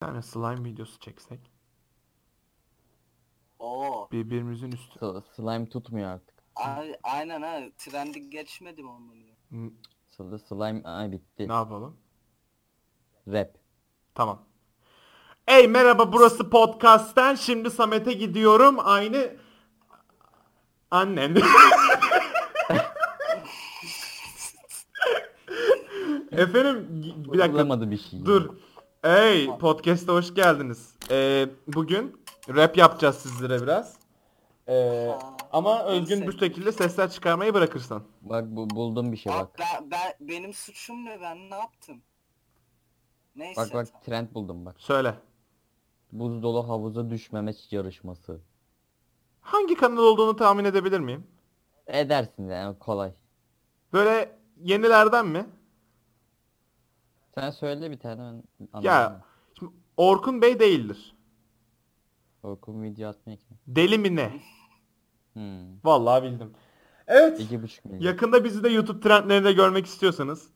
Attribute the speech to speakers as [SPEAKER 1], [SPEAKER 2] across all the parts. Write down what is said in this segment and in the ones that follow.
[SPEAKER 1] Bir tane slime videosu çeksek.
[SPEAKER 2] Oo.
[SPEAKER 1] Birbirimizin üstü.
[SPEAKER 3] Sl- Slime tutmuyor artık.
[SPEAKER 2] Ay, aynen ha. Trendi geçmedi mi onun ya?
[SPEAKER 1] N-
[SPEAKER 3] Sl- Slime ay bitti.
[SPEAKER 1] Ne yapalım?
[SPEAKER 3] Rap.
[SPEAKER 1] Tamam. Ey merhaba burası podcast'ten. Şimdi Samet'e gidiyorum. Aynı annem. Efendim gi- bir dakika
[SPEAKER 3] Bulamadı bir şey.
[SPEAKER 1] dur. Ey podcast'e hoş geldiniz. Ee, bugün rap yapacağız sizlere biraz. Ee, ama Özgün bu şekilde sesler çıkarmayı bırakırsan.
[SPEAKER 3] Bak bu, buldum bir şey
[SPEAKER 2] Bak.
[SPEAKER 3] bak.
[SPEAKER 2] Ben, ben, benim suçum ne? Ben ne yaptım? Neyse.
[SPEAKER 3] Bak bak
[SPEAKER 2] tamam.
[SPEAKER 3] trend buldum bak.
[SPEAKER 1] Söyle.
[SPEAKER 3] Buz dolu havuza düşmeme yarışması.
[SPEAKER 1] Hangi kanal olduğunu tahmin edebilir miyim?
[SPEAKER 3] Edersin yani kolay.
[SPEAKER 1] Böyle yenilerden mi?
[SPEAKER 3] Sen söyle bir tane ben anladım.
[SPEAKER 1] Ya şimdi Orkun Bey değildir.
[SPEAKER 3] Korkum video atmaya ki.
[SPEAKER 1] Deli mi ne?
[SPEAKER 3] Hmm.
[SPEAKER 1] Vallahi bildim. Evet.
[SPEAKER 3] 2,5 milyon.
[SPEAKER 1] Yakında bizi de YouTube trendlerinde görmek istiyorsanız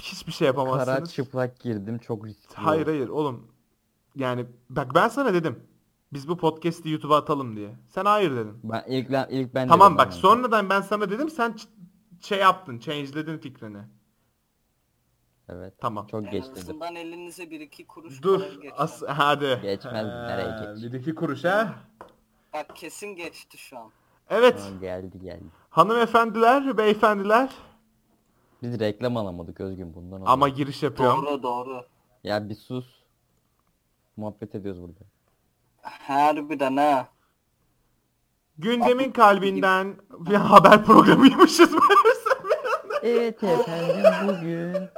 [SPEAKER 1] hiçbir şey
[SPEAKER 3] Kara
[SPEAKER 1] yapamazsınız.
[SPEAKER 3] çıplak girdim çok riskli.
[SPEAKER 1] Hayır
[SPEAKER 3] oldu.
[SPEAKER 1] hayır oğlum. Yani bak ben sana dedim. Biz bu podcast'i YouTube'a atalım diye. Sen hayır dedin.
[SPEAKER 3] Ben ilk, ben- ilk ben
[SPEAKER 1] tamam
[SPEAKER 3] dedim
[SPEAKER 1] bak
[SPEAKER 3] ama.
[SPEAKER 1] sonradan ben sana dedim sen ç- şey yaptın, change'ledin fikrini.
[SPEAKER 3] Evet.
[SPEAKER 1] Tamam.
[SPEAKER 3] Çok
[SPEAKER 2] En
[SPEAKER 3] geç dedim.
[SPEAKER 2] azından elinize bir iki kuruş
[SPEAKER 1] Dur.
[SPEAKER 2] para geçer.
[SPEAKER 1] As hadi. Ee,
[SPEAKER 3] Geçmez, nereye geç?
[SPEAKER 1] Bir iki kuruş ha.
[SPEAKER 2] Bak kesin geçti şu an.
[SPEAKER 1] Evet.
[SPEAKER 3] Ha, geldi geldi.
[SPEAKER 1] Hanımefendiler, beyefendiler.
[SPEAKER 3] Biz reklam alamadık Özgün bundan. oldu.
[SPEAKER 1] Ama giriş yapıyorum.
[SPEAKER 2] Doğru doğru.
[SPEAKER 3] Ya bir sus. Muhabbet ediyoruz burada.
[SPEAKER 2] Harbiden ha.
[SPEAKER 1] Gündemin kalbinden bir haber programıymışız meğerse.
[SPEAKER 3] Evet efendim bugün.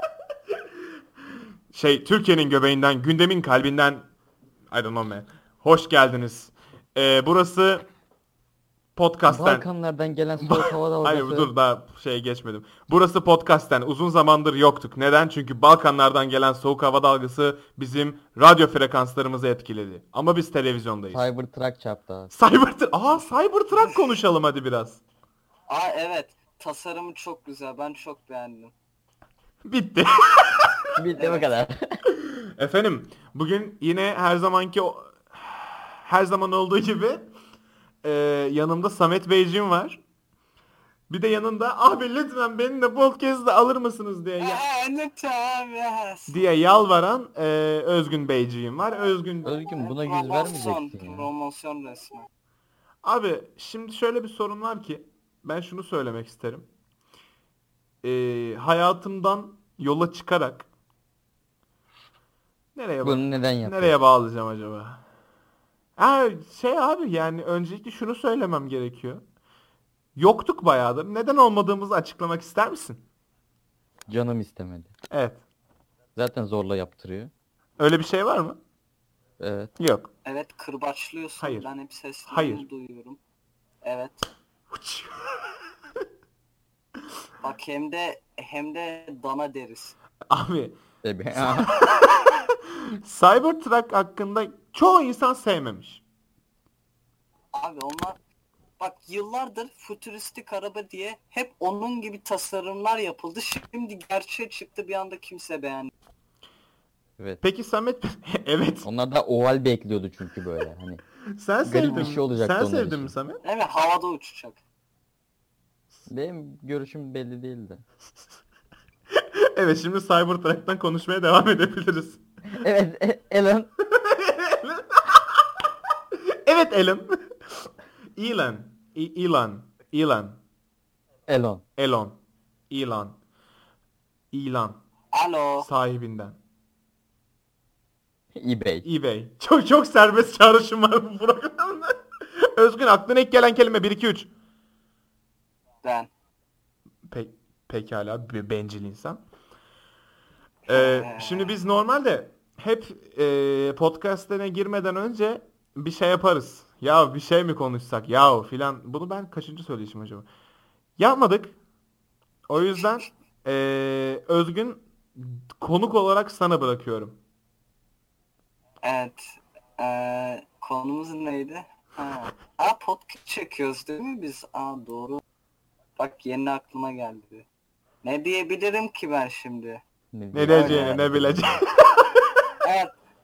[SPEAKER 1] Şey, Türkiye'nin göbeğinden, gündemin kalbinden... I don't know man. Hoş geldiniz. Ee, burası podcast'ten...
[SPEAKER 3] Balkanlardan gelen soğuk hava
[SPEAKER 1] Hayır
[SPEAKER 3] dalgası.
[SPEAKER 1] dur daha şeye geçmedim. Burası podcast'ten. Uzun zamandır yoktuk. Neden? Çünkü Balkanlardan gelen soğuk hava dalgası bizim radyo frekanslarımızı etkiledi. Ama biz televizyondayız.
[SPEAKER 3] Cybertruck çarptı. abi.
[SPEAKER 1] Cybertruck. Aa Cybertruck konuşalım hadi biraz.
[SPEAKER 2] Aa evet. Tasarımı çok güzel. Ben çok beğendim.
[SPEAKER 1] Bitti.
[SPEAKER 3] Bir de bu kadar.
[SPEAKER 1] Efendim bugün yine her zamanki o- her zaman olduğu gibi e, yanımda Samet Beyciğim var. Bir de yanında abi lütfen beni de podcast'e alır mısınız diye ya-
[SPEAKER 2] Aa, lütfen yes.
[SPEAKER 1] diye yalvaran e, Özgün Beyciğim var. Özgün
[SPEAKER 3] Özgün buna yüz
[SPEAKER 2] Promosyon,
[SPEAKER 3] vermeyeceksin ya.
[SPEAKER 2] promosyon resmi.
[SPEAKER 1] Abi şimdi şöyle bir sorun var ki ben şunu söylemek isterim. Ee, hayatımdan yola çıkarak nereye ba-
[SPEAKER 3] Bunu neden yapıyorsun?
[SPEAKER 1] nereye bağlayacağım acaba? Ha, şey abi yani öncelikle şunu söylemem gerekiyor. Yoktuk bayağıdır. Neden olmadığımızı açıklamak ister misin?
[SPEAKER 3] Canım istemedi.
[SPEAKER 1] Evet.
[SPEAKER 3] Zaten zorla yaptırıyor.
[SPEAKER 1] Öyle bir şey var mı?
[SPEAKER 3] Evet.
[SPEAKER 1] Yok.
[SPEAKER 2] Evet kırbaçlıyorsun.
[SPEAKER 1] Hayır.
[SPEAKER 2] Ben hep seslerini
[SPEAKER 1] Hayır.
[SPEAKER 2] duyuyorum. Evet.
[SPEAKER 1] Hıç.
[SPEAKER 2] Bak hem de hem de dana deriz.
[SPEAKER 1] Abi
[SPEAKER 3] Tabii.
[SPEAKER 1] Cybertruck hakkında çoğu insan sevmemiş.
[SPEAKER 2] Abi onlar bak yıllardır fütüristik araba diye hep onun gibi tasarımlar yapıldı. Şimdi gerçeğe çıktı bir anda kimse beğendi.
[SPEAKER 3] evet.
[SPEAKER 1] Peki Samet evet.
[SPEAKER 3] Onlar da oval bekliyordu çünkü böyle hani.
[SPEAKER 1] Sen
[SPEAKER 3] Garip
[SPEAKER 1] sevdin
[SPEAKER 3] bir
[SPEAKER 1] mi?
[SPEAKER 3] şey olacaktı
[SPEAKER 1] Sen
[SPEAKER 3] onlar
[SPEAKER 1] sevdin
[SPEAKER 3] için.
[SPEAKER 1] mi Samet?
[SPEAKER 2] Evet havada uçacak.
[SPEAKER 3] Benim görüşüm belli değildi.
[SPEAKER 1] evet şimdi Cybertruck'tan konuşmaya devam edebiliriz.
[SPEAKER 3] Evet e- Elon
[SPEAKER 1] evet Elon. Elon. E- Elon. Elon.
[SPEAKER 3] Elon.
[SPEAKER 1] Elon. Elon. Elon.
[SPEAKER 2] Alo.
[SPEAKER 1] Sahibinden.
[SPEAKER 3] eBay.
[SPEAKER 1] eBay. Çok çok serbest çağrışım var bu programda. Özgün aklına ilk gelen kelime 1 2 3.
[SPEAKER 2] Ben.
[SPEAKER 1] Pe- pekala bir bencil insan. Ee, şimdi biz normalde hep e, podcastlerine girmeden önce bir şey yaparız. Ya bir şey mi konuşsak ya filan. Bunu ben kaçıncı söyleyişim acaba? Yapmadık. O yüzden e, Özgün konuk olarak sana bırakıyorum.
[SPEAKER 2] Evet. Ee, konumuz neydi? Ha. Aa podcast çekiyoruz değil mi biz? Aa doğru. Bak yeni aklıma geldi. Ne diyebilirim ki ben şimdi?
[SPEAKER 1] Ne diyeceğini
[SPEAKER 3] Aynen.
[SPEAKER 1] ne bileceğini.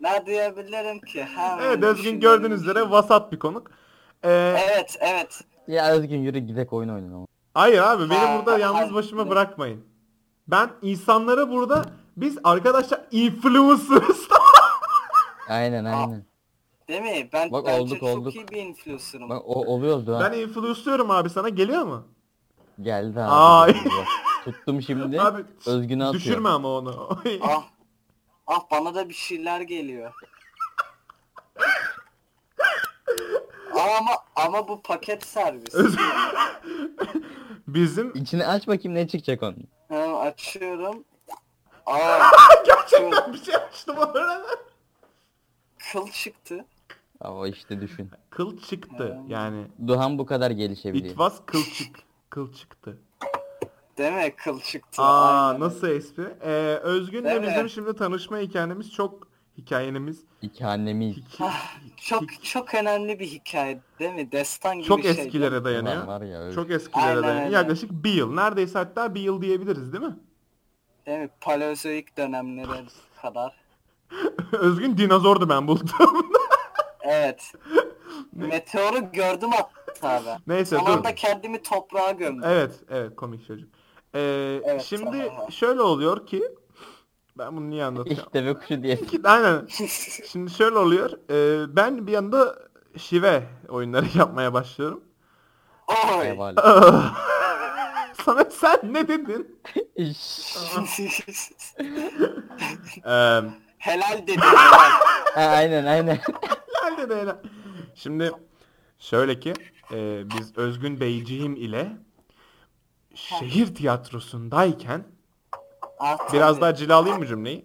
[SPEAKER 2] Ne diyebilirim ki? Ha,
[SPEAKER 1] Evet Özgün
[SPEAKER 2] düşünüyorum,
[SPEAKER 1] gördüğünüz üzere
[SPEAKER 2] düşünüyorum.
[SPEAKER 1] vasat bir konuk. Ee,
[SPEAKER 2] Evet evet.
[SPEAKER 3] Ya Özgün yürü gidek oyun oynayalım. ama.
[SPEAKER 1] Hayır abi beni
[SPEAKER 2] Ha,
[SPEAKER 1] burada yalnız
[SPEAKER 2] hayır.
[SPEAKER 1] başıma bırakmayın. Ben insanları burada biz arkadaşlar influencer'ız.
[SPEAKER 3] Aynen aynen.
[SPEAKER 2] Değil mi? Ben
[SPEAKER 3] Bak,
[SPEAKER 2] bence
[SPEAKER 3] olduk,
[SPEAKER 2] çok
[SPEAKER 3] olduk.
[SPEAKER 2] iyi bir influencer'ım.
[SPEAKER 3] Bak o, oluyoruz ha.
[SPEAKER 1] ben influencer'ım abi sana geliyor mu?
[SPEAKER 3] Geldi
[SPEAKER 1] Ay.
[SPEAKER 3] abi. Tuttum şimdi.
[SPEAKER 1] Abi,
[SPEAKER 3] Özgün'e atıyorum.
[SPEAKER 1] Düşürme ama onu.
[SPEAKER 2] Ah. Ah bana da bir şeyler geliyor. Ah, ama ama bu paket servis.
[SPEAKER 1] Bizim
[SPEAKER 3] İçini aç bakayım ne çıkacak onun.
[SPEAKER 2] Ha, açıyorum. Ah, Aa
[SPEAKER 1] gerçekten bir şey açtım orada.
[SPEAKER 2] kıl çıktı.
[SPEAKER 3] Ama işte düşün.
[SPEAKER 1] Kıl çıktı yani.
[SPEAKER 3] Duhan bu kadar
[SPEAKER 1] It
[SPEAKER 3] gelişebiliyor.
[SPEAKER 1] was kılçık. Kıl çıktı.
[SPEAKER 2] Değil mi? Kıl çıktı.
[SPEAKER 1] Aa
[SPEAKER 2] aynen.
[SPEAKER 1] nasıl espri? Ee, Özgün'le
[SPEAKER 2] Evet.
[SPEAKER 1] bizim şimdi tanışma hikayemiz çok hikayenimiz
[SPEAKER 3] İki annemiz.
[SPEAKER 2] Ah, Çok çok önemli bir hikaye değil mi? Destan gibi
[SPEAKER 1] çok
[SPEAKER 2] şey.
[SPEAKER 1] eskilere
[SPEAKER 3] Ulan
[SPEAKER 1] dayanıyor.
[SPEAKER 3] var ya Özgün.
[SPEAKER 1] Çok eskilere
[SPEAKER 2] Aynen,
[SPEAKER 1] dayanıyor.
[SPEAKER 2] aynen.
[SPEAKER 1] Yaklaşık bir yıl. Neredeyse hatta bir yıl diyebiliriz değil mi?
[SPEAKER 2] Değil mi? Paleozoik dönemlere kadar.
[SPEAKER 1] Özgün dinozordu ben buldum.
[SPEAKER 2] Evet. Meteoru gördüm hatta ben.
[SPEAKER 1] Neyse
[SPEAKER 2] Son
[SPEAKER 1] dur.
[SPEAKER 2] anda kendimi toprağa gömdüm.
[SPEAKER 1] Evet evet komik çocuk. Ee,
[SPEAKER 2] Evet,
[SPEAKER 1] şimdi
[SPEAKER 2] aha.
[SPEAKER 1] şöyle oluyor ki ben bunu niye anlatacağım?
[SPEAKER 3] İşte ve kuşu diye.
[SPEAKER 1] Aynen. Şimdi şöyle oluyor. Ee, ben bir anda şive oyunları yapmaya başlıyorum.
[SPEAKER 2] Oy.
[SPEAKER 3] Vebal.
[SPEAKER 1] Sana sen ne dedin?
[SPEAKER 3] İş.
[SPEAKER 1] Ee,
[SPEAKER 2] helal dedi. helal.
[SPEAKER 3] Ha, aynen aynen.
[SPEAKER 1] Helal de helal. Şimdi şöyle ki e, biz Özgün Beyciğim ile şehir tiyatrosundayken
[SPEAKER 2] Ah,
[SPEAKER 1] biraz
[SPEAKER 2] tabii.
[SPEAKER 1] daha cilalayayım mı cümleyi?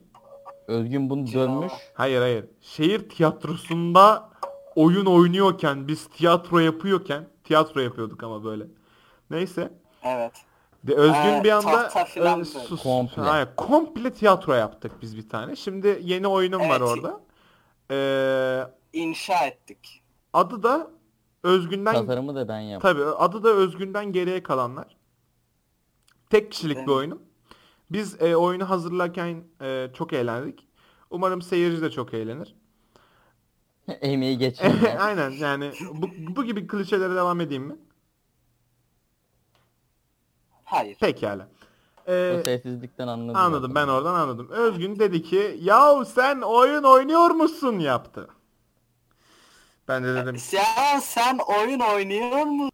[SPEAKER 3] Özgün bunu dönmüş.
[SPEAKER 1] Hayır hayır. Şehir tiyatrosunda oyun oynuyorken biz tiyatro yapıyorken tiyatro yapıyorduk ama böyle. Neyse.
[SPEAKER 2] Evet.
[SPEAKER 1] De Özgün
[SPEAKER 2] Ee,
[SPEAKER 1] bir anda
[SPEAKER 2] tahta filan
[SPEAKER 1] e,
[SPEAKER 2] böyle.
[SPEAKER 1] sus-
[SPEAKER 3] Komple.
[SPEAKER 1] Hayır, komple tiyatro yaptık biz bir tane. Şimdi yeni oyunum var
[SPEAKER 2] Evet.
[SPEAKER 1] orada. Ee,
[SPEAKER 2] İnşa ettik.
[SPEAKER 1] adı da Özgün'den
[SPEAKER 3] Tasarımı da ben yaptım.
[SPEAKER 1] Tabii adı da Özgün'den geriye kalanlar. Tek kişilik
[SPEAKER 2] Evet.
[SPEAKER 1] bir oyunum. Biz e, oyunu hazırlarken e, çok eğlendik. Umarım seyirci de çok eğlenir.
[SPEAKER 3] Emeği geçmeden.
[SPEAKER 1] Aynen yani bu, bu gibi klişelere devam edeyim mi?
[SPEAKER 2] Hayır.
[SPEAKER 1] Pekala. E,
[SPEAKER 3] O sessizlikten anladım.
[SPEAKER 1] anladım ben
[SPEAKER 3] zaten.
[SPEAKER 1] oradan anladım. Özgün dedi ki yahu sen oyun oynuyor musun yaptı. Ben de dedim.
[SPEAKER 2] Ya sen oyun oynuyor musun?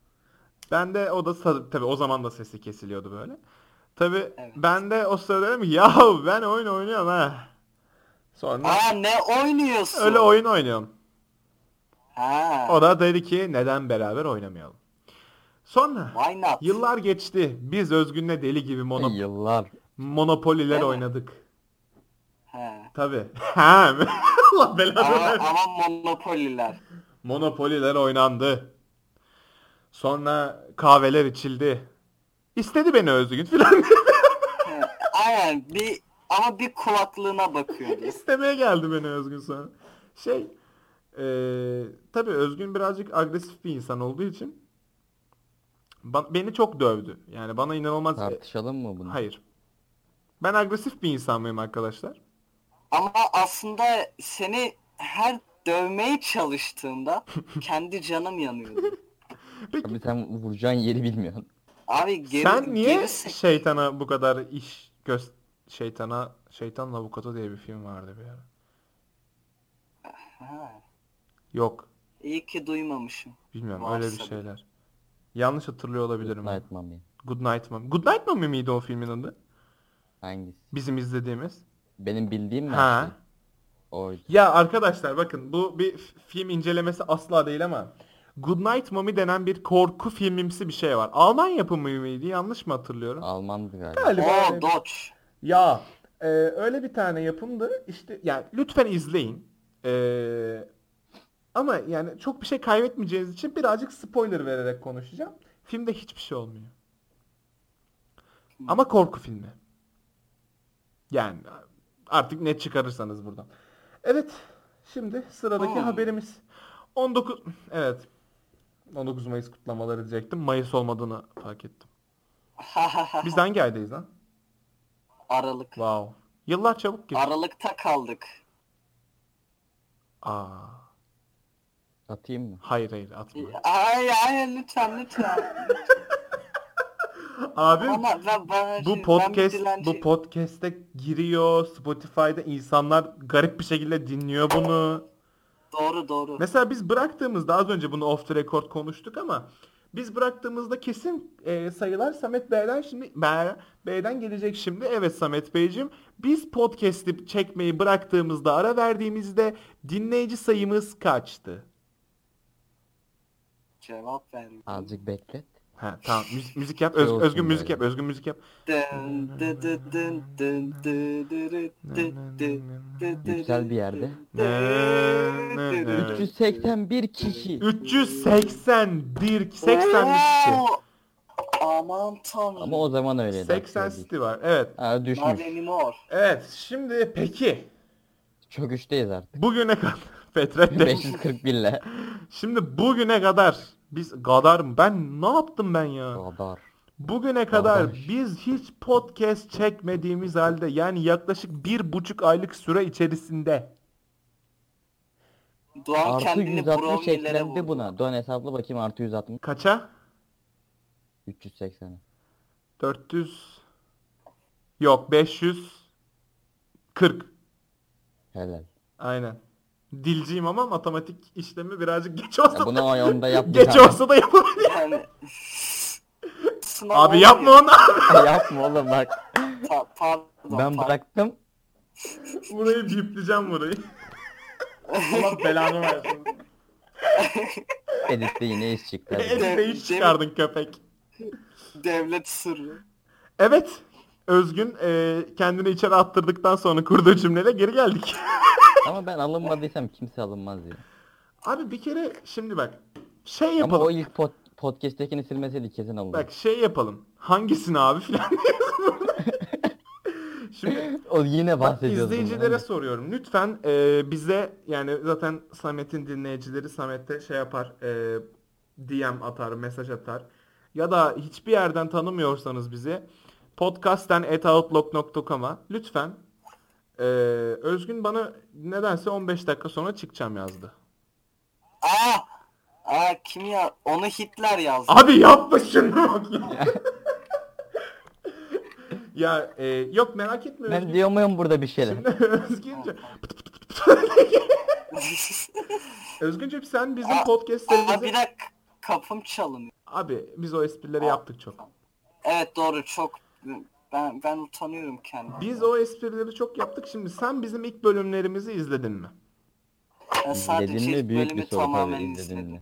[SPEAKER 1] Ben de o da sa- tabii o zaman da sesi kesiliyordu böyle. Tabii
[SPEAKER 2] Evet.
[SPEAKER 1] ben de o sırada dedim ki yahu ben oyun oynuyorum ha. Sonra
[SPEAKER 2] Aa ne oynuyorsun?
[SPEAKER 1] öyle oyun oynuyorum.
[SPEAKER 2] Ha.
[SPEAKER 1] O da dedi ki neden beraber oynamayalım. Sonra
[SPEAKER 2] Why not?
[SPEAKER 1] yıllar geçti. Biz Özgün'le deli gibi mono
[SPEAKER 3] Yıllar.
[SPEAKER 1] monopoliler
[SPEAKER 2] Evet.
[SPEAKER 1] oynadık.
[SPEAKER 2] Ha.
[SPEAKER 1] Tabii. Hem. Allah belanı
[SPEAKER 2] Ama,
[SPEAKER 1] versin.
[SPEAKER 2] ama monopoliler.
[SPEAKER 1] Monopoliler oynandı. Sonra kahveler içildi. İstedi beni Özgün filan.
[SPEAKER 2] Ha, Aynen bir ama bir kulaklığına bakıyordu.
[SPEAKER 1] İstemeye geldi beni Özgün sonra. Şey, eee tabii Özgün birazcık agresif bir insan olduğu için ba- beni çok dövdü. Yani bana inanılmaz...
[SPEAKER 3] Tartışalım mı bunu?
[SPEAKER 1] Hayır. Ben agresif bir insan mıyım arkadaşlar?
[SPEAKER 2] Ama aslında seni her dövmeye çalıştığında kendi canım yanıyordu.
[SPEAKER 1] Peki
[SPEAKER 3] Abi sen vuracağın yeri bilmiyorsun.
[SPEAKER 2] Abi geri,
[SPEAKER 1] sen niye
[SPEAKER 2] geri sek-
[SPEAKER 1] şeytana bu kadar iş göz şeytana şeytanın avukatı diye bir film vardı bir ara.
[SPEAKER 2] Ha,
[SPEAKER 1] Yok,
[SPEAKER 2] iyi ki duymamışım.
[SPEAKER 1] bilmiyorum
[SPEAKER 2] Varsa
[SPEAKER 1] öyle bir
[SPEAKER 2] bir-
[SPEAKER 1] şeyler. Yanlış hatırlıyor olabilirim.
[SPEAKER 3] Ikna etmem ya.
[SPEAKER 1] Good Night Mommy. Good Night Mommy miydi o filmin adı?
[SPEAKER 3] Hangisi?
[SPEAKER 1] Bizim izlediğimiz.
[SPEAKER 3] Benim bildiğim mi?
[SPEAKER 1] Ha.
[SPEAKER 3] her şey? Oydu.
[SPEAKER 1] Ya arkadaşlar bakın bu bir f- film incelemesi asla değil ama Goodnight Mommy denen bir korku filmimsi bir şey var. Alman yapımı mıydı yanlış mı hatırlıyorum?
[SPEAKER 3] Almandı galiba.
[SPEAKER 1] Galiba öyle
[SPEAKER 2] Oo
[SPEAKER 1] bir-
[SPEAKER 2] Dodge.
[SPEAKER 1] Ya e, öyle bir tane yapımdı işte yani lütfen izleyin. E, ama yani çok bir şey kaybetmeyeceğiniz için birazcık spoiler vererek konuşacağım. Filmde hiçbir şey olmuyor. Ama korku filmi. Yani artık ne çıkarırsanız buradan. Evet. Şimdi sıradaki
[SPEAKER 2] Hmm.
[SPEAKER 1] haberimiz. 19 evet. 19 Mayıs kutlamaları diyecektim. Mayıs olmadığını fark ettim. Biz hangi aydayız lan?
[SPEAKER 2] Aralık.
[SPEAKER 1] Wow. Yıllar çabuk geçti.
[SPEAKER 2] Aralıkta kaldık.
[SPEAKER 1] Aa.
[SPEAKER 3] Atayım mı?
[SPEAKER 1] Hayır hayır atma.
[SPEAKER 2] Hayır hayır lütfen lütfen.
[SPEAKER 1] Abi
[SPEAKER 2] Ama ben, ben şey-
[SPEAKER 1] bu
[SPEAKER 2] şimdi-
[SPEAKER 1] podcast
[SPEAKER 2] ben
[SPEAKER 1] bu
[SPEAKER 2] bir dilenciyim.
[SPEAKER 1] podcast'e giriyor. Spotify'da insanlar garip bir şekilde dinliyor bunu.
[SPEAKER 2] Doğru doğru.
[SPEAKER 1] Mesela biz bıraktığımızda az önce bunu off the record konuştuk ama biz bıraktığımızda kesin e, sayılar Samet Bey'den şimdi Bey- Bey'den gelecek şimdi. Evet Samet Beyciğim biz podcast'i çekmeyi bıraktığımızda ara verdiğimizde dinleyici sayımız kaçtı?
[SPEAKER 2] Cevap vermiyor.
[SPEAKER 3] Azıcık beklet.
[SPEAKER 1] Ha tamam müzik, müzik yap Öz-
[SPEAKER 3] Olsun
[SPEAKER 1] özgün müzik
[SPEAKER 3] böyle.
[SPEAKER 1] yap özgün müzik yap.
[SPEAKER 2] Dın dı dı dın dın dı dı dı dı dı dı dı
[SPEAKER 3] Güzel bir
[SPEAKER 2] dı
[SPEAKER 3] yerde.
[SPEAKER 2] dı dı dı dı.
[SPEAKER 1] Evet.
[SPEAKER 3] 381 kişi.
[SPEAKER 1] 381 81 kişi.
[SPEAKER 2] Oo! Aman tanrım.
[SPEAKER 3] Ama o zaman öyleydi.
[SPEAKER 1] 80
[SPEAKER 3] aslında.
[SPEAKER 1] city var. Evet.
[SPEAKER 3] Ha,
[SPEAKER 2] Not
[SPEAKER 3] düşmüş.
[SPEAKER 2] anymore.
[SPEAKER 1] Evet. Şimdi peki
[SPEAKER 3] Çöküşteyiz artık.
[SPEAKER 1] bugüne kadar Fetret'te
[SPEAKER 3] 541 ile.
[SPEAKER 1] Şimdi bugüne kadar biz kadar mı? Ben ne yaptım ben ya?
[SPEAKER 3] Radar.
[SPEAKER 1] Bugüne kadar
[SPEAKER 3] Arkadaş.
[SPEAKER 1] biz hiç podcast çekmediğimiz halde yani yaklaşık bir buçuk aylık süre içerisinde
[SPEAKER 2] Doğan
[SPEAKER 3] Artı
[SPEAKER 2] kendini
[SPEAKER 3] 160
[SPEAKER 2] bromilere vurdu.
[SPEAKER 3] eklendi buna. Dön hesapla bakayım artı 160.
[SPEAKER 1] kaça?
[SPEAKER 3] 380.
[SPEAKER 1] 400 yok 540
[SPEAKER 3] Helal.
[SPEAKER 1] aynen. Dilciyim ama matematik işlemi birazcık geç olsa
[SPEAKER 3] Ya
[SPEAKER 1] da,
[SPEAKER 3] bunu ayağımda yapma.
[SPEAKER 1] geç olsa da yapabilirim.
[SPEAKER 2] Yani... Sınav
[SPEAKER 1] Abi
[SPEAKER 2] olmuyor.
[SPEAKER 1] yapma onu.
[SPEAKER 3] yapma oğlum bak.
[SPEAKER 2] Pa- pardon,
[SPEAKER 3] Ben
[SPEAKER 2] pardon.
[SPEAKER 3] bıraktım.
[SPEAKER 1] burayı bipleyeceğim burayı. Allah belanı versin.
[SPEAKER 3] Editte yine iş çıktı. hadi.
[SPEAKER 1] Elinde iş çıkardın köpek.
[SPEAKER 2] Devlet sırrı.
[SPEAKER 1] Evet. Özgün e, kendini içeri attırdıktan sonra kurduğu cümleyle geri geldik.
[SPEAKER 3] Ama ben alınmadıysam kimse alınmaz ya.
[SPEAKER 1] Abi bir kere şimdi bak şey
[SPEAKER 3] Ama
[SPEAKER 1] yapalım.
[SPEAKER 3] o ilk pod podcast'tekini silmeseydi kesin alınır.
[SPEAKER 1] Bak şey yapalım. Hangisini abi filan diyoruz burada. Şimdi
[SPEAKER 3] O yine
[SPEAKER 1] bak,
[SPEAKER 3] bahsediyoruz. bundan.
[SPEAKER 1] izleyicilere soruyorum. Lütfen e, bize yani zaten Samet'in dinleyicileri Samet'te şey yapar. E, DM atar, mesaj atar. Ya da hiçbir yerden tanımıyorsanız bizi podcast'ten etoutlook.com'a lütfen e, Özgün bana nedense 15 dakika sonra çıkacağım yazdı.
[SPEAKER 2] Aa! Aa Ah! kim ya? Onu Hitler yazdı.
[SPEAKER 1] Abi yapma şunu bak ya. ya e, yok merak etme
[SPEAKER 3] Ben
[SPEAKER 1] Özgün.
[SPEAKER 3] diyor muyum burada bir şeyler?
[SPEAKER 1] Özgünce. Özgüncüm sen bizim
[SPEAKER 2] Aa, Aa, bir
[SPEAKER 1] podcastlerimizi...
[SPEAKER 2] dakika kapım çalınıyor.
[SPEAKER 1] Abi biz o esprileri yaptık çok.
[SPEAKER 2] Evet doğru çok ben ben utanıyorum kendimi.
[SPEAKER 1] Biz o esprileri çok yaptık. Şimdi sen bizim ilk bölümlerimizi izledin mi?
[SPEAKER 2] Ben sadece
[SPEAKER 3] İzledin
[SPEAKER 2] ilk
[SPEAKER 3] mi? Büyük bir
[SPEAKER 2] bölümü
[SPEAKER 3] soru
[SPEAKER 2] tamamen
[SPEAKER 3] tabii izledin
[SPEAKER 2] izledim.
[SPEAKER 3] mi?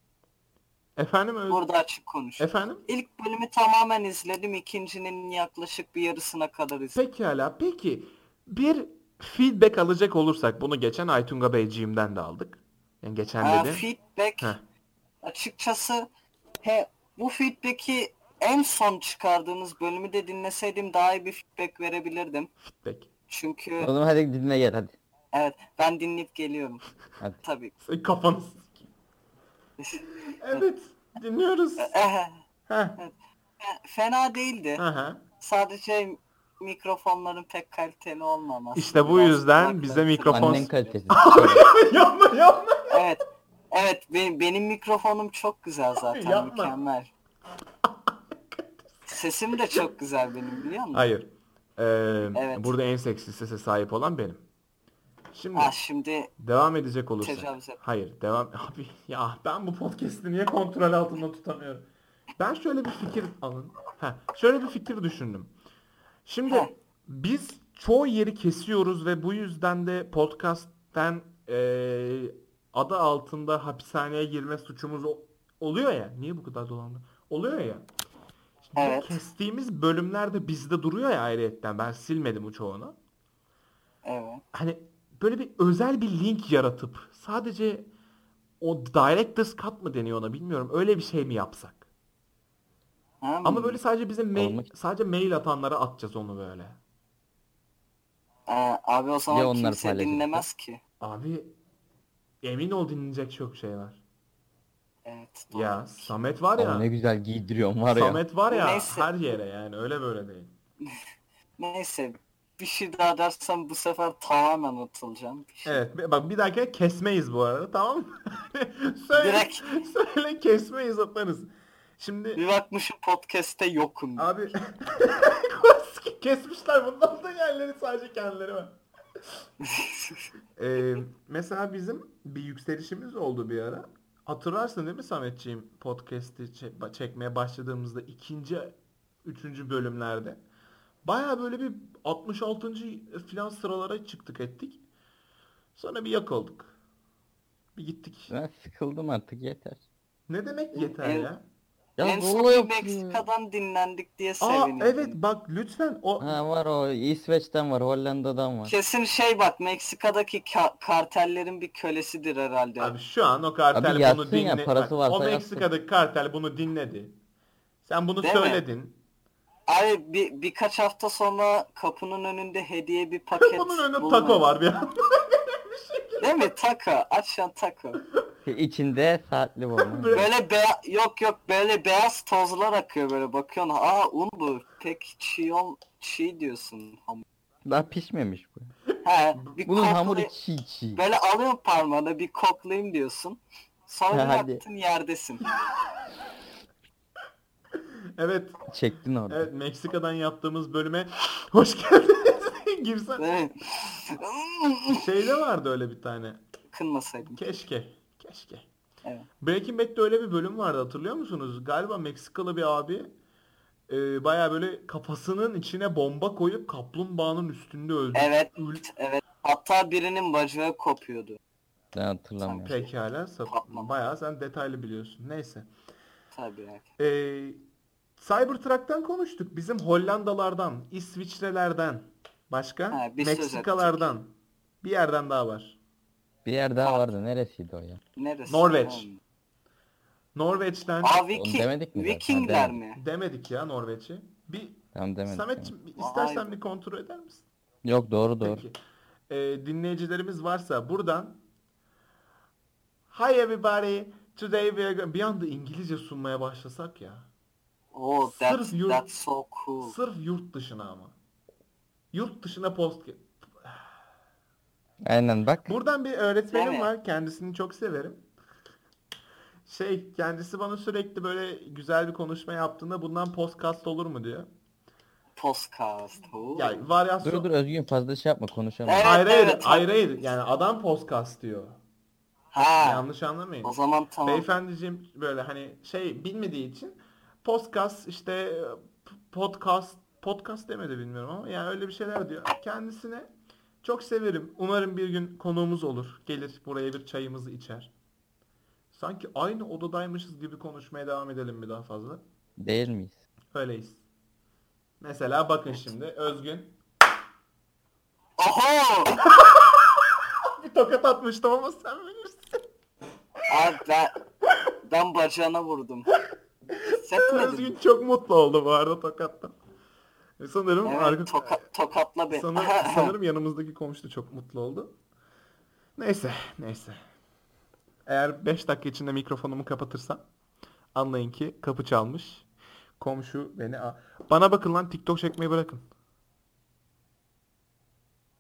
[SPEAKER 1] Efendim Öz-
[SPEAKER 2] Burada açık konuş.
[SPEAKER 1] Efendim?
[SPEAKER 2] İlk bölümü tamamen izledim. ikincinin yaklaşık bir yarısına kadar izledim.
[SPEAKER 1] Pekala. Peki bir feedback alacak olursak bunu geçen Aytunga Beyciğim'den de aldık. Yani geçen
[SPEAKER 2] Ha,
[SPEAKER 1] dedi.
[SPEAKER 2] Ee, feedback
[SPEAKER 1] Heh.
[SPEAKER 2] açıkçası he bu feedback'i en son çıkardığınız bölümü de dinleseydim daha iyi bir feedback verebilirdim.
[SPEAKER 1] Feedback.
[SPEAKER 2] Çünkü
[SPEAKER 3] O zaman hadi dinle gel hadi.
[SPEAKER 2] evet ben dinleyip geliyorum
[SPEAKER 3] Hadi.
[SPEAKER 2] tabii.
[SPEAKER 1] Sen kafanı sikeyim. Evet. Dinliyoruz.
[SPEAKER 2] Ehe,
[SPEAKER 1] Heh.
[SPEAKER 2] Fena değildi.
[SPEAKER 1] Hı hı.
[SPEAKER 2] Sadece mikrofonların pek kaliteli olmaması.
[SPEAKER 1] İşte bu
[SPEAKER 2] Biraz
[SPEAKER 1] yüzden
[SPEAKER 2] kulakları
[SPEAKER 1] bize mikrofon-
[SPEAKER 2] tırmanıyor.
[SPEAKER 1] Annen
[SPEAKER 3] Annen kalitesi.
[SPEAKER 1] yapma yapma.
[SPEAKER 2] Evet. Evet benim, benim mikrofonum çok güzel zaten
[SPEAKER 1] Yapma.
[SPEAKER 2] mükemmel. Sesim de çok güzel benim biliyor musun?
[SPEAKER 1] Hayır. Ee,
[SPEAKER 2] Evet.
[SPEAKER 1] Burada en seksi sese sahip olan benim. Şimdi
[SPEAKER 2] Ah şimdi
[SPEAKER 1] devam edecek olursak.
[SPEAKER 2] Tecavüz et.
[SPEAKER 1] Hayır devam. Abi ya ben bu podcast'i niye kontrol altında tutamıyorum. Ben şöyle bir fikir alın. Heh, şöyle bir fikir düşündüm. Şimdi
[SPEAKER 2] Heh.
[SPEAKER 1] biz çoğu yeri kesiyoruz ve bu yüzden de podcast'ten eee adı altında hapishaneye girme suçumuz o- oluyor ya. Niye bu kadar dolandı? Oluyor ya. Şimdi
[SPEAKER 2] Evet.
[SPEAKER 1] Kestiğimiz bölümlerde bizde duruyor ya ayrıyetten. Ben silmedim bu çoğunu
[SPEAKER 2] evet.
[SPEAKER 1] hani böyle bir özel bir link yaratıp sadece o director's cut mı deniyor ona bilmiyorum. Öyle bir şey mi yapsak?
[SPEAKER 2] Ha,
[SPEAKER 1] Ama böyle sadece bizim mail,
[SPEAKER 3] Olmuş.
[SPEAKER 1] sadece mail atanlara atacağız onu böyle.
[SPEAKER 2] Ee, abi o zaman
[SPEAKER 3] Ya onlar
[SPEAKER 2] kimse
[SPEAKER 3] paylaşırsa?
[SPEAKER 2] dinlemez ki.
[SPEAKER 1] Abi emin ol dinlenecek çok şey var.
[SPEAKER 2] Evet. doğru.
[SPEAKER 1] Ya Samet var ya.
[SPEAKER 3] Ama ne güzel giydiriyorsun var ya.
[SPEAKER 1] Samet var ya
[SPEAKER 2] Neyse.
[SPEAKER 1] her yere yani öyle böyle değil.
[SPEAKER 2] Neyse bir şey daha dersen bu sefer tamamen atılacağım. Bir şey.
[SPEAKER 1] Evet bir- bak bir dakika kesmeyiz bu arada tamam mı? söyle,
[SPEAKER 2] Direkt.
[SPEAKER 1] söyle kesmeyiz atarız. Şimdi
[SPEAKER 2] Bir bakmışım podcast'te yokum.
[SPEAKER 1] abi kesmişler bundan da yerleri sadece kendileri var. Ee, mesela bizim bir yükselişimiz oldu bir ara. Hatırlarsın değil mi Sametciğim podcast'i çe- çekmeye başladığımızda ikinci, üçüncü bölümlerde. Baya böyle bir 66. filan sıralara çıktık ettik. Sonra bir yok olduk. Bir gittik.
[SPEAKER 3] Ben sıkıldım artık yeter.
[SPEAKER 1] Ne demek yeter
[SPEAKER 2] Evet.
[SPEAKER 1] ya?
[SPEAKER 3] Ya
[SPEAKER 2] en
[SPEAKER 3] zorla
[SPEAKER 2] son bir
[SPEAKER 3] yapıyor.
[SPEAKER 2] Meksika'dan dinlendik diye
[SPEAKER 1] Aa
[SPEAKER 2] sevindim.
[SPEAKER 1] evet bak lütfen o
[SPEAKER 3] Ha var o İsveç'ten var Hollanda'dan var.
[SPEAKER 2] Kesin şey bak Meksika'daki ka- kartellerin bir kölesidir herhalde.
[SPEAKER 1] Abi şu an o kartel
[SPEAKER 3] Abi yatsın
[SPEAKER 1] bunu
[SPEAKER 3] ya,
[SPEAKER 1] dinledi.
[SPEAKER 3] parası varsa
[SPEAKER 1] o
[SPEAKER 3] yatsın.
[SPEAKER 1] Meksika'daki kartel bunu dinledi. Sen bunu
[SPEAKER 2] Değil mi?
[SPEAKER 1] söyledin.
[SPEAKER 2] Abi bir, birkaç hafta sonra kapının önünde hediye bir paket
[SPEAKER 1] Bunun önünde
[SPEAKER 2] bulmayı-
[SPEAKER 1] taco var bir an.
[SPEAKER 2] Değil mi? Taco. Açan taco.
[SPEAKER 3] İçinde Şey, saatli var.
[SPEAKER 1] Böyle-
[SPEAKER 2] Böyle be yok yok böyle beyaz tozlar akıyor böyle bakıyorsun. Aa un bu. Pek çiğ ol çiğ diyorsun. Ham-
[SPEAKER 3] Daha pişmemiş bu.
[SPEAKER 2] He, bir
[SPEAKER 3] Bunun
[SPEAKER 2] kokla-
[SPEAKER 3] hamuru çiğ çiğ.
[SPEAKER 2] Böyle alıyorsun parmağına bir koklayayım diyorsun. Sonra
[SPEAKER 3] Ha, hadi.
[SPEAKER 2] yaptın yerdesin.
[SPEAKER 1] evet,
[SPEAKER 3] Çektin orada.
[SPEAKER 1] evet Meksika'dan yaptığımız bölüme hoş geldiniz. Girsen.
[SPEAKER 2] Değil mi?
[SPEAKER 1] Şeyde vardı öyle bir tane.
[SPEAKER 2] Kınmasaydım.
[SPEAKER 1] Keşke. Keşke.
[SPEAKER 2] Evet.
[SPEAKER 1] Breaking Bad'de öyle bir bölüm vardı hatırlıyor musunuz? Galiba Meksikalı bir abi e, baya böyle kafasının içine bomba koyup kaplumbağanın üstünde öldü.
[SPEAKER 2] Evet.
[SPEAKER 1] Ül-
[SPEAKER 2] Evet. Hatta birinin bacağı kopuyordu.
[SPEAKER 3] Ben hatırlamıyorum.
[SPEAKER 1] Pekala. sap- Bayağı sen detaylı biliyorsun. Neyse.
[SPEAKER 2] Tabii. yani.
[SPEAKER 1] Ee, Cybertruck'tan konuştuk. Bizim Hollandalardan, İsviçrelerden, başka
[SPEAKER 2] Ha, bir söz
[SPEAKER 1] Meksikalardan. Bir yerden daha var.
[SPEAKER 3] Bir yer daha vardı. Neresiydi o ya?
[SPEAKER 2] Neresi?
[SPEAKER 1] Norveç.
[SPEAKER 2] Tamam.
[SPEAKER 1] Norveç'ten
[SPEAKER 2] Aa
[SPEAKER 3] Onu
[SPEAKER 2] Viking,
[SPEAKER 3] demedik mi zaten?
[SPEAKER 2] Vikingler
[SPEAKER 3] Demedik.
[SPEAKER 2] mi?
[SPEAKER 1] demedik ya Norveç'i. Bir
[SPEAKER 3] Tam demedim.
[SPEAKER 1] Samet'ciğim bir-
[SPEAKER 2] Vay
[SPEAKER 1] istersen
[SPEAKER 2] be.
[SPEAKER 1] bir kontrol eder misin?
[SPEAKER 3] Yok doğru doğru.
[SPEAKER 1] Peki. Ee, dinleyicilerimiz varsa buradan Hi everybody. Today we are go-" bir anda İngilizce sunmaya başlasak ya.
[SPEAKER 2] Oh
[SPEAKER 1] Sırf
[SPEAKER 2] that's,
[SPEAKER 1] yurt-
[SPEAKER 2] that's so cool.
[SPEAKER 1] Sırf yurt dışına ama. Yurt dışına post
[SPEAKER 3] Aynen bak.
[SPEAKER 1] Buradan bir öğretmenim
[SPEAKER 2] Evet.
[SPEAKER 1] var. Kendisini çok severim. Şey kendisi bana sürekli böyle güzel bir konuşma yaptığında bundan podcast olur mu diyor.
[SPEAKER 2] Podcast. Oh.
[SPEAKER 1] Yani varyasyon.
[SPEAKER 3] Dur dur Özgün fazla şey yapma konuşamam.
[SPEAKER 2] Evet,
[SPEAKER 1] Hayır hayır,
[SPEAKER 2] evet.
[SPEAKER 1] hayır hayır. Yani adam podcast diyor.
[SPEAKER 2] ha.
[SPEAKER 1] Yanlış anlamayın.
[SPEAKER 2] O zaman tamam.
[SPEAKER 1] Beyefendiciğim böyle hani şey bilmediği için podcast işte e, p- podcast podcast demedi bilmiyorum ama yani öyle bir şeyler diyor. Kendisine çok severim. Umarım bir gün konuğumuz olur. Gelir buraya bir çayımızı içer. Sanki aynı odadaymışız gibi konuşmaya devam edelim mi daha fazla?
[SPEAKER 3] Değil miyiz?
[SPEAKER 1] Öyleyiz. Mesela bakın şimdi Özgün
[SPEAKER 2] Oho!
[SPEAKER 1] bir tokat atmıştım ama sen bilirsin.
[SPEAKER 2] Abi ben, ben bacağına vurdum. Hissetmedin mi?
[SPEAKER 1] Özgün çok mutlu oldu bu arada tokattan. E, Sanırım arka-
[SPEAKER 2] Evet, toka- tokatla
[SPEAKER 3] Hani
[SPEAKER 2] beni.
[SPEAKER 1] Sanır, sanırım yanımızdaki komşu da çok mutlu oldu. Neyse, neyse. Eğer 5 dakika içinde mikrofonumu kapatırsam anlayın ki kapı çalmış. Komşu beni... a- Bana bakın lan TikTok çekmeyi bırakın.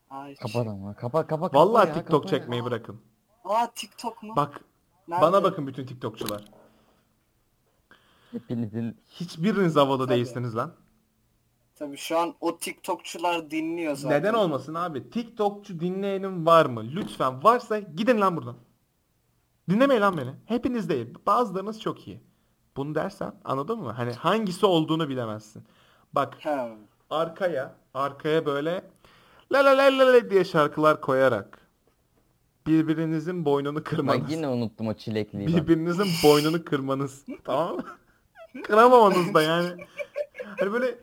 [SPEAKER 2] Ay, şey.
[SPEAKER 3] Kapat ama. Kapa kapa kapa.
[SPEAKER 1] Vallahi
[SPEAKER 3] ya,
[SPEAKER 1] TikTok
[SPEAKER 3] kapa ya.
[SPEAKER 1] çekmeyi bırakın.
[SPEAKER 2] Aa TikTok mu?
[SPEAKER 1] Bak,
[SPEAKER 2] Nerede?
[SPEAKER 1] bana bakın bütün TikTokçular.
[SPEAKER 3] Hepinizin
[SPEAKER 1] Hiçbiriniz havada
[SPEAKER 2] Tabii.
[SPEAKER 1] değilsiniz lan.
[SPEAKER 2] Tabii şu an o TikTokçular dinliyor zaten.
[SPEAKER 1] Neden olmasın abi? TikTokçu dinleyenim var mı? Lütfen varsa gidin lan buradan. Dinlemeyin lan beni. Hepiniz değil. Bazılarınız çok iyi. Bunu dersen anladın mı? Hani hangisi olduğunu bilemezsin. Bak
[SPEAKER 2] Ha.
[SPEAKER 1] arkaya arkaya böyle la la la la la diye şarkılar koyarak birbirinizin boynunu
[SPEAKER 3] Bak
[SPEAKER 1] kırmanız.
[SPEAKER 3] yine unuttum o çilekliği bak.
[SPEAKER 1] Birbirinizin boynunu kırmanız. tamam mı? Kıramamanız da yani. Hani böyle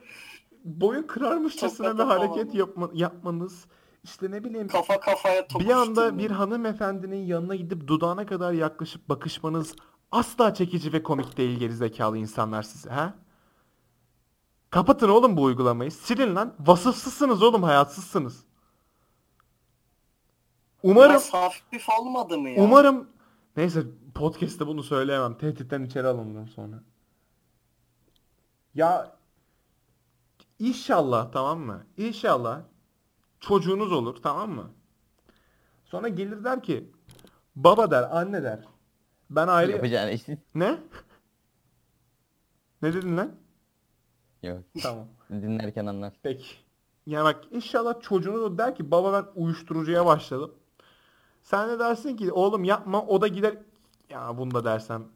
[SPEAKER 1] boyun kırarmışçasına bir
[SPEAKER 2] Tokat yapamam.
[SPEAKER 1] hareket yapma, yapmanız. İşte ne bileyim
[SPEAKER 2] Kafa kafaya
[SPEAKER 1] bir
[SPEAKER 2] tokuşturma.
[SPEAKER 1] anda bir hanımefendinin yanına gidip dudağına kadar yaklaşıp bakışmanız asla çekici ve komik değil gerizekalı insanlar size ha? Kapatın oğlum bu uygulamayı. Silin lan. Vasıfsızsınız oğlum hayatsızsınız. Umarım
[SPEAKER 2] Biraz hafif olmadı mı ya?
[SPEAKER 1] Umarım neyse podcast'te bunu söyleyemem. Tehditten içeri alındım sonra. Ya inşallah tamam mı? İnşallah çocuğunuz olur tamam mı? Sonra gelir der ki baba der anne der. Ben ayrı
[SPEAKER 3] Yapacağın işin
[SPEAKER 1] ne? ne dedin lan?
[SPEAKER 3] yok.
[SPEAKER 1] Tamam.
[SPEAKER 3] Dinlerken anlar.
[SPEAKER 1] Peki. Yani bak inşallah çocuğunu da der ki baba ben uyuşturucuya başladım. Sen de dersin ki oğlum yapma o da gider. Ya bunu da dersem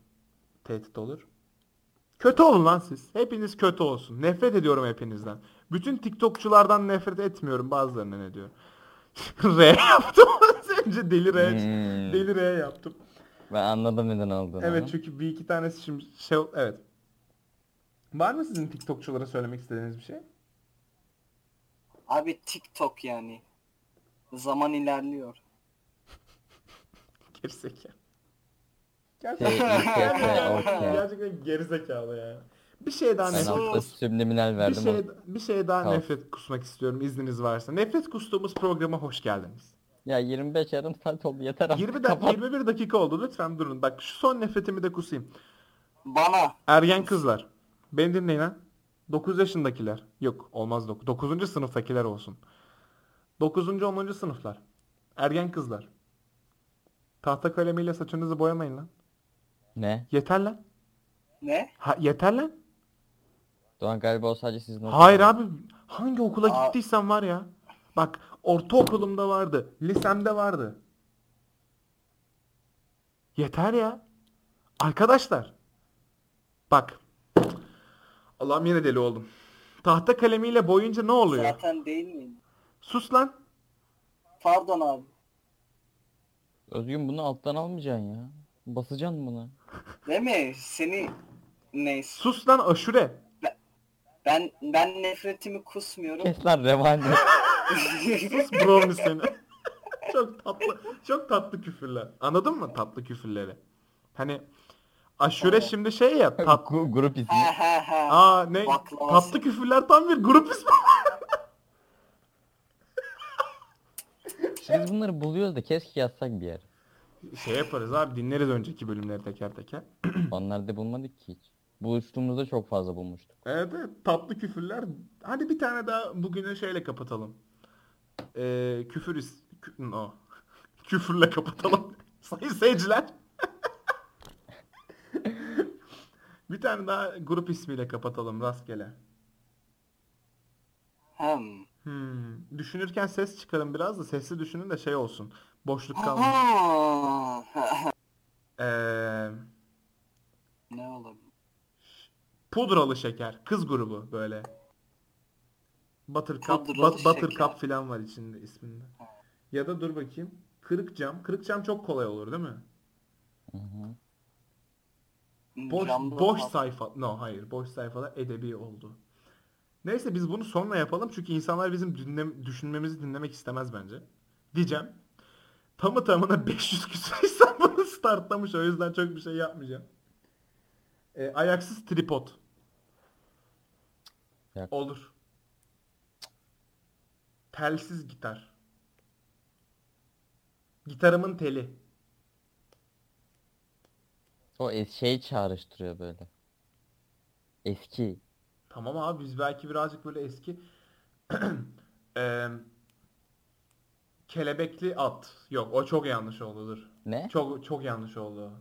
[SPEAKER 1] tehdit olur. Kötü olun lan siz. Hepiniz kötü olsun. Nefret ediyorum hepinizden. Bütün TikTokçulardan nefret etmiyorum. Bazılarına ne diyorum. R yaptım az önce deli R.
[SPEAKER 3] Hmm.
[SPEAKER 1] Deli R yaptım.
[SPEAKER 3] Ben anladım neden aldığını.
[SPEAKER 1] Evet çünkü bir iki tanesi şimdi şey evet. Var mı sizin TikTokçulara söylemek istediğiniz bir şey?
[SPEAKER 2] Abi TikTok yani. Zaman ilerliyor.
[SPEAKER 1] Gerizekalı.
[SPEAKER 3] Şey,
[SPEAKER 1] Gerçekten,
[SPEAKER 3] İKK, OK.
[SPEAKER 1] gerçekten gerizekalı ya. Bir şey daha
[SPEAKER 3] Ben
[SPEAKER 2] Sus.
[SPEAKER 1] nefret.
[SPEAKER 3] altta subliminal
[SPEAKER 1] Bir
[SPEAKER 3] verdim.
[SPEAKER 1] şey,
[SPEAKER 3] ama-
[SPEAKER 1] bir şey daha
[SPEAKER 3] Tamam.
[SPEAKER 1] nefret kusmak istiyorum izniniz varsa. Nefret kustuğumuz programa hoş geldiniz.
[SPEAKER 3] Ya 25 yarım saat oldu yeter artık.
[SPEAKER 1] 20 dak
[SPEAKER 3] Ah, kapat.
[SPEAKER 1] 21 dakika oldu lütfen durun. Bak şu son nefretimi de kusayım.
[SPEAKER 2] Bana
[SPEAKER 1] Ergen kızlar. Beni dinleyin ha. 9 yaşındakiler. Yok olmaz 9. 9. sınıftakiler olsun. 9. 10. sınıflar. Ergen kızlar. Tahta kalemiyle saçınızı boyamayın lan.
[SPEAKER 3] Ne?
[SPEAKER 1] Yeter lan.
[SPEAKER 2] ne?
[SPEAKER 1] Ha, yeter lan.
[SPEAKER 3] Doğan galiba o sadece sizin okulda.
[SPEAKER 1] Hayır abi hangi okula
[SPEAKER 2] Aa.
[SPEAKER 1] gittiysen var ya. Bak ortaokulumda vardı, lisemde vardı. Yeter ya. Arkadaşlar. Bak. Allah'ım yine deli oldum. Tahta kalemiyle boyunca ne oluyor?
[SPEAKER 2] Zaten değil miyim?
[SPEAKER 1] Sus lan.
[SPEAKER 2] Pardon abi.
[SPEAKER 3] Özgün bunu alttan almayacaksın ya. Basacaksın buna.
[SPEAKER 2] Değil mi? Seni neyse.
[SPEAKER 1] Sus lan aşure.
[SPEAKER 2] Ben ben nefretimi kusmuyorum.
[SPEAKER 3] Kes lan revani.
[SPEAKER 1] Sus brownie seni. çok tatlı, çok tatlı küfürler. Anladın mı tatlı küfürleri? Hani aşure
[SPEAKER 2] Evet.
[SPEAKER 1] şimdi şey ya tat,
[SPEAKER 3] Gu- grup ismi.
[SPEAKER 2] ha ha ha.
[SPEAKER 1] Aa ne?
[SPEAKER 2] Baklavası.
[SPEAKER 1] Tatlı küfürler tam bir grup ismi.
[SPEAKER 3] Biz bunları buluyoruz da keşke yazsak bir yer.
[SPEAKER 1] şey yaparız abi dinleriz önceki bölümleri teker teker.
[SPEAKER 3] Onlar da bulmadık ki hiç. Buluştuğumuzda çok fazla bulmuştuk.
[SPEAKER 1] Evet evet tatlı küfürler. Hadi bir tane daha bugünü şeyle kapatalım. Ee, küfür is... Kü- no. Küfürle kapatalım. Sayın seyirciler. bir tane daha grup ismiyle kapatalım rastgele.
[SPEAKER 2] Hem.
[SPEAKER 1] Hmm. Düşünürken ses çıkarın biraz da sesli düşünün de şey olsun. Boşluk kalmasın.
[SPEAKER 2] Ha.
[SPEAKER 1] Eee...
[SPEAKER 2] ne olabilir?
[SPEAKER 1] Pudralı şeker. Kız grubu böyle. Buttercup,
[SPEAKER 2] Pudralı
[SPEAKER 1] ba-
[SPEAKER 2] şeker.
[SPEAKER 1] Buttercup falan var içinde isminde. Ya da dur bakayım. Kırık cam. Kırık cam çok kolay olur değil mi?
[SPEAKER 3] Hı hı.
[SPEAKER 1] Boş,
[SPEAKER 2] Camdan
[SPEAKER 1] boş
[SPEAKER 2] bak-
[SPEAKER 1] sayfa. No hayır. Boş sayfada edebi oldu. Neyse biz bunu sonra yapalım çünkü insanlar bizim dinle- düşünmemizi dinlemek istemez bence. Diyeceğim. Tamı tamına 500 küsur insan bunu startlamış. O yüzden çok bir şey yapmayacağım. E, ayaksız tripod.
[SPEAKER 3] Yak-
[SPEAKER 1] Olur. Telsiz gitar. Gitarımın teli.
[SPEAKER 3] O es- şey çağrıştırıyor böyle. Eski.
[SPEAKER 1] Tamam abi biz belki birazcık böyle eski Eee, kelebekli at. Yok o çok yanlış oldu dur.
[SPEAKER 3] Ne?
[SPEAKER 1] Çok çok yanlış oldu.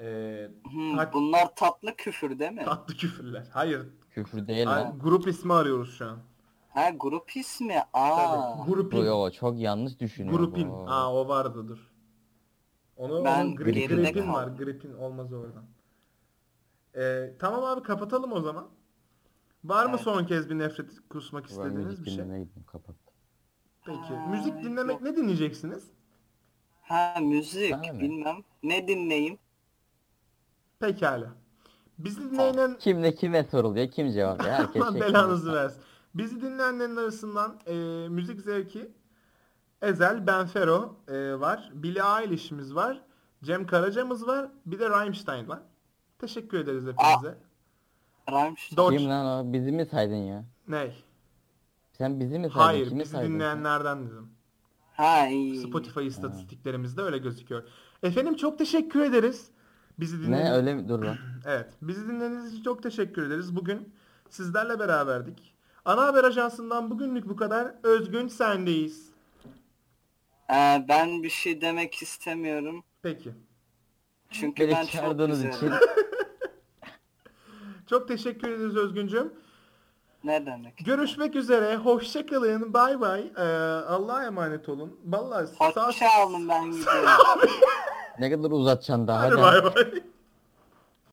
[SPEAKER 1] Eee
[SPEAKER 2] Hmm,
[SPEAKER 1] tak-
[SPEAKER 2] bunlar tatlı küfür değil mi?
[SPEAKER 1] tatlı küfürler. Hayır.
[SPEAKER 3] Küfür değil
[SPEAKER 1] ay-
[SPEAKER 3] lan.
[SPEAKER 1] grup ismi arıyoruz şu an.
[SPEAKER 2] Ha grup ismi. Aa.
[SPEAKER 1] Tabii. Grupin.
[SPEAKER 3] Bu yo, çok yanlış düşünüyor.
[SPEAKER 1] Grupin.
[SPEAKER 3] bu.
[SPEAKER 1] Aa o vardı dur. Onu
[SPEAKER 2] Ben
[SPEAKER 1] onun gri-
[SPEAKER 3] geride
[SPEAKER 1] gripin
[SPEAKER 2] kaldım.
[SPEAKER 1] var. Gripin olmaz oradan. Ee, tamam abi kapatalım o zaman. Var mı
[SPEAKER 2] Evet.
[SPEAKER 1] son kez bir nefret kusmak
[SPEAKER 3] Ben
[SPEAKER 1] istediğiniz
[SPEAKER 3] müzik
[SPEAKER 1] bir şey?
[SPEAKER 3] dinlemeye gittim kapat.
[SPEAKER 1] Peki.
[SPEAKER 2] Aa,
[SPEAKER 1] Müzik dinlemek
[SPEAKER 2] yok.
[SPEAKER 1] ne dinleyeceksiniz?
[SPEAKER 2] Ha müzik.
[SPEAKER 3] Bana ne?
[SPEAKER 2] Bilmem. Ne dinleyeyim?
[SPEAKER 1] Pekala. Bizi dinleyenin
[SPEAKER 3] Kimde kime soruluyor kim cevap veriyor herkes şey
[SPEAKER 1] Allah belanızı versin. Bizi dinleyenlerin arasından e, müzik zevki Ezel, Benfero e, var. Billie Eilish'imiz var. Cem Karaca'mız var. Bir de Rammstein var. Teşekkür ederiz hepinize.
[SPEAKER 2] Rammstein.
[SPEAKER 1] Dodge.
[SPEAKER 3] Kim lan o bizi mi saydın ya?
[SPEAKER 1] Ney?
[SPEAKER 3] Sen bizi mi saydın?
[SPEAKER 1] Hayır.
[SPEAKER 3] Kimi
[SPEAKER 1] Bizi
[SPEAKER 3] saydın sen?
[SPEAKER 1] dinleyenlerden dedim.
[SPEAKER 2] Ha iyi.
[SPEAKER 1] Spotify istatistiklerimizde öyle gözüküyor. Efendim çok teşekkür ederiz. Bizi
[SPEAKER 3] Ne
[SPEAKER 1] dinlediğiniz
[SPEAKER 3] öyle mi? Dur lan.
[SPEAKER 1] Evet. Bizi dinlediğiniz için çok teşekkür ederiz. Bugün sizlerle beraberdik. Ana Haber Ajansı'ndan bugünlük bu kadar. Özgün sendeyiz.
[SPEAKER 2] Ee, ben bir şey demek istemiyorum.
[SPEAKER 1] Peki.
[SPEAKER 2] Çünkü ben
[SPEAKER 3] Beni
[SPEAKER 2] çok
[SPEAKER 3] çağırdığınız
[SPEAKER 2] güzelim.
[SPEAKER 3] için.
[SPEAKER 1] Çok teşekkür ederiz Özgüncüm.
[SPEAKER 2] Ne demek?
[SPEAKER 1] Görüşmek üzere. Hoşçakalın. Bay bay. Ee, Allah'a emanet olun. Vallahi sağ-
[SPEAKER 2] Hoşça alın şey ben gidiyorum.
[SPEAKER 3] ne kadar uzatacaksın daha.
[SPEAKER 1] Hadi
[SPEAKER 3] hadi.
[SPEAKER 1] bay bay.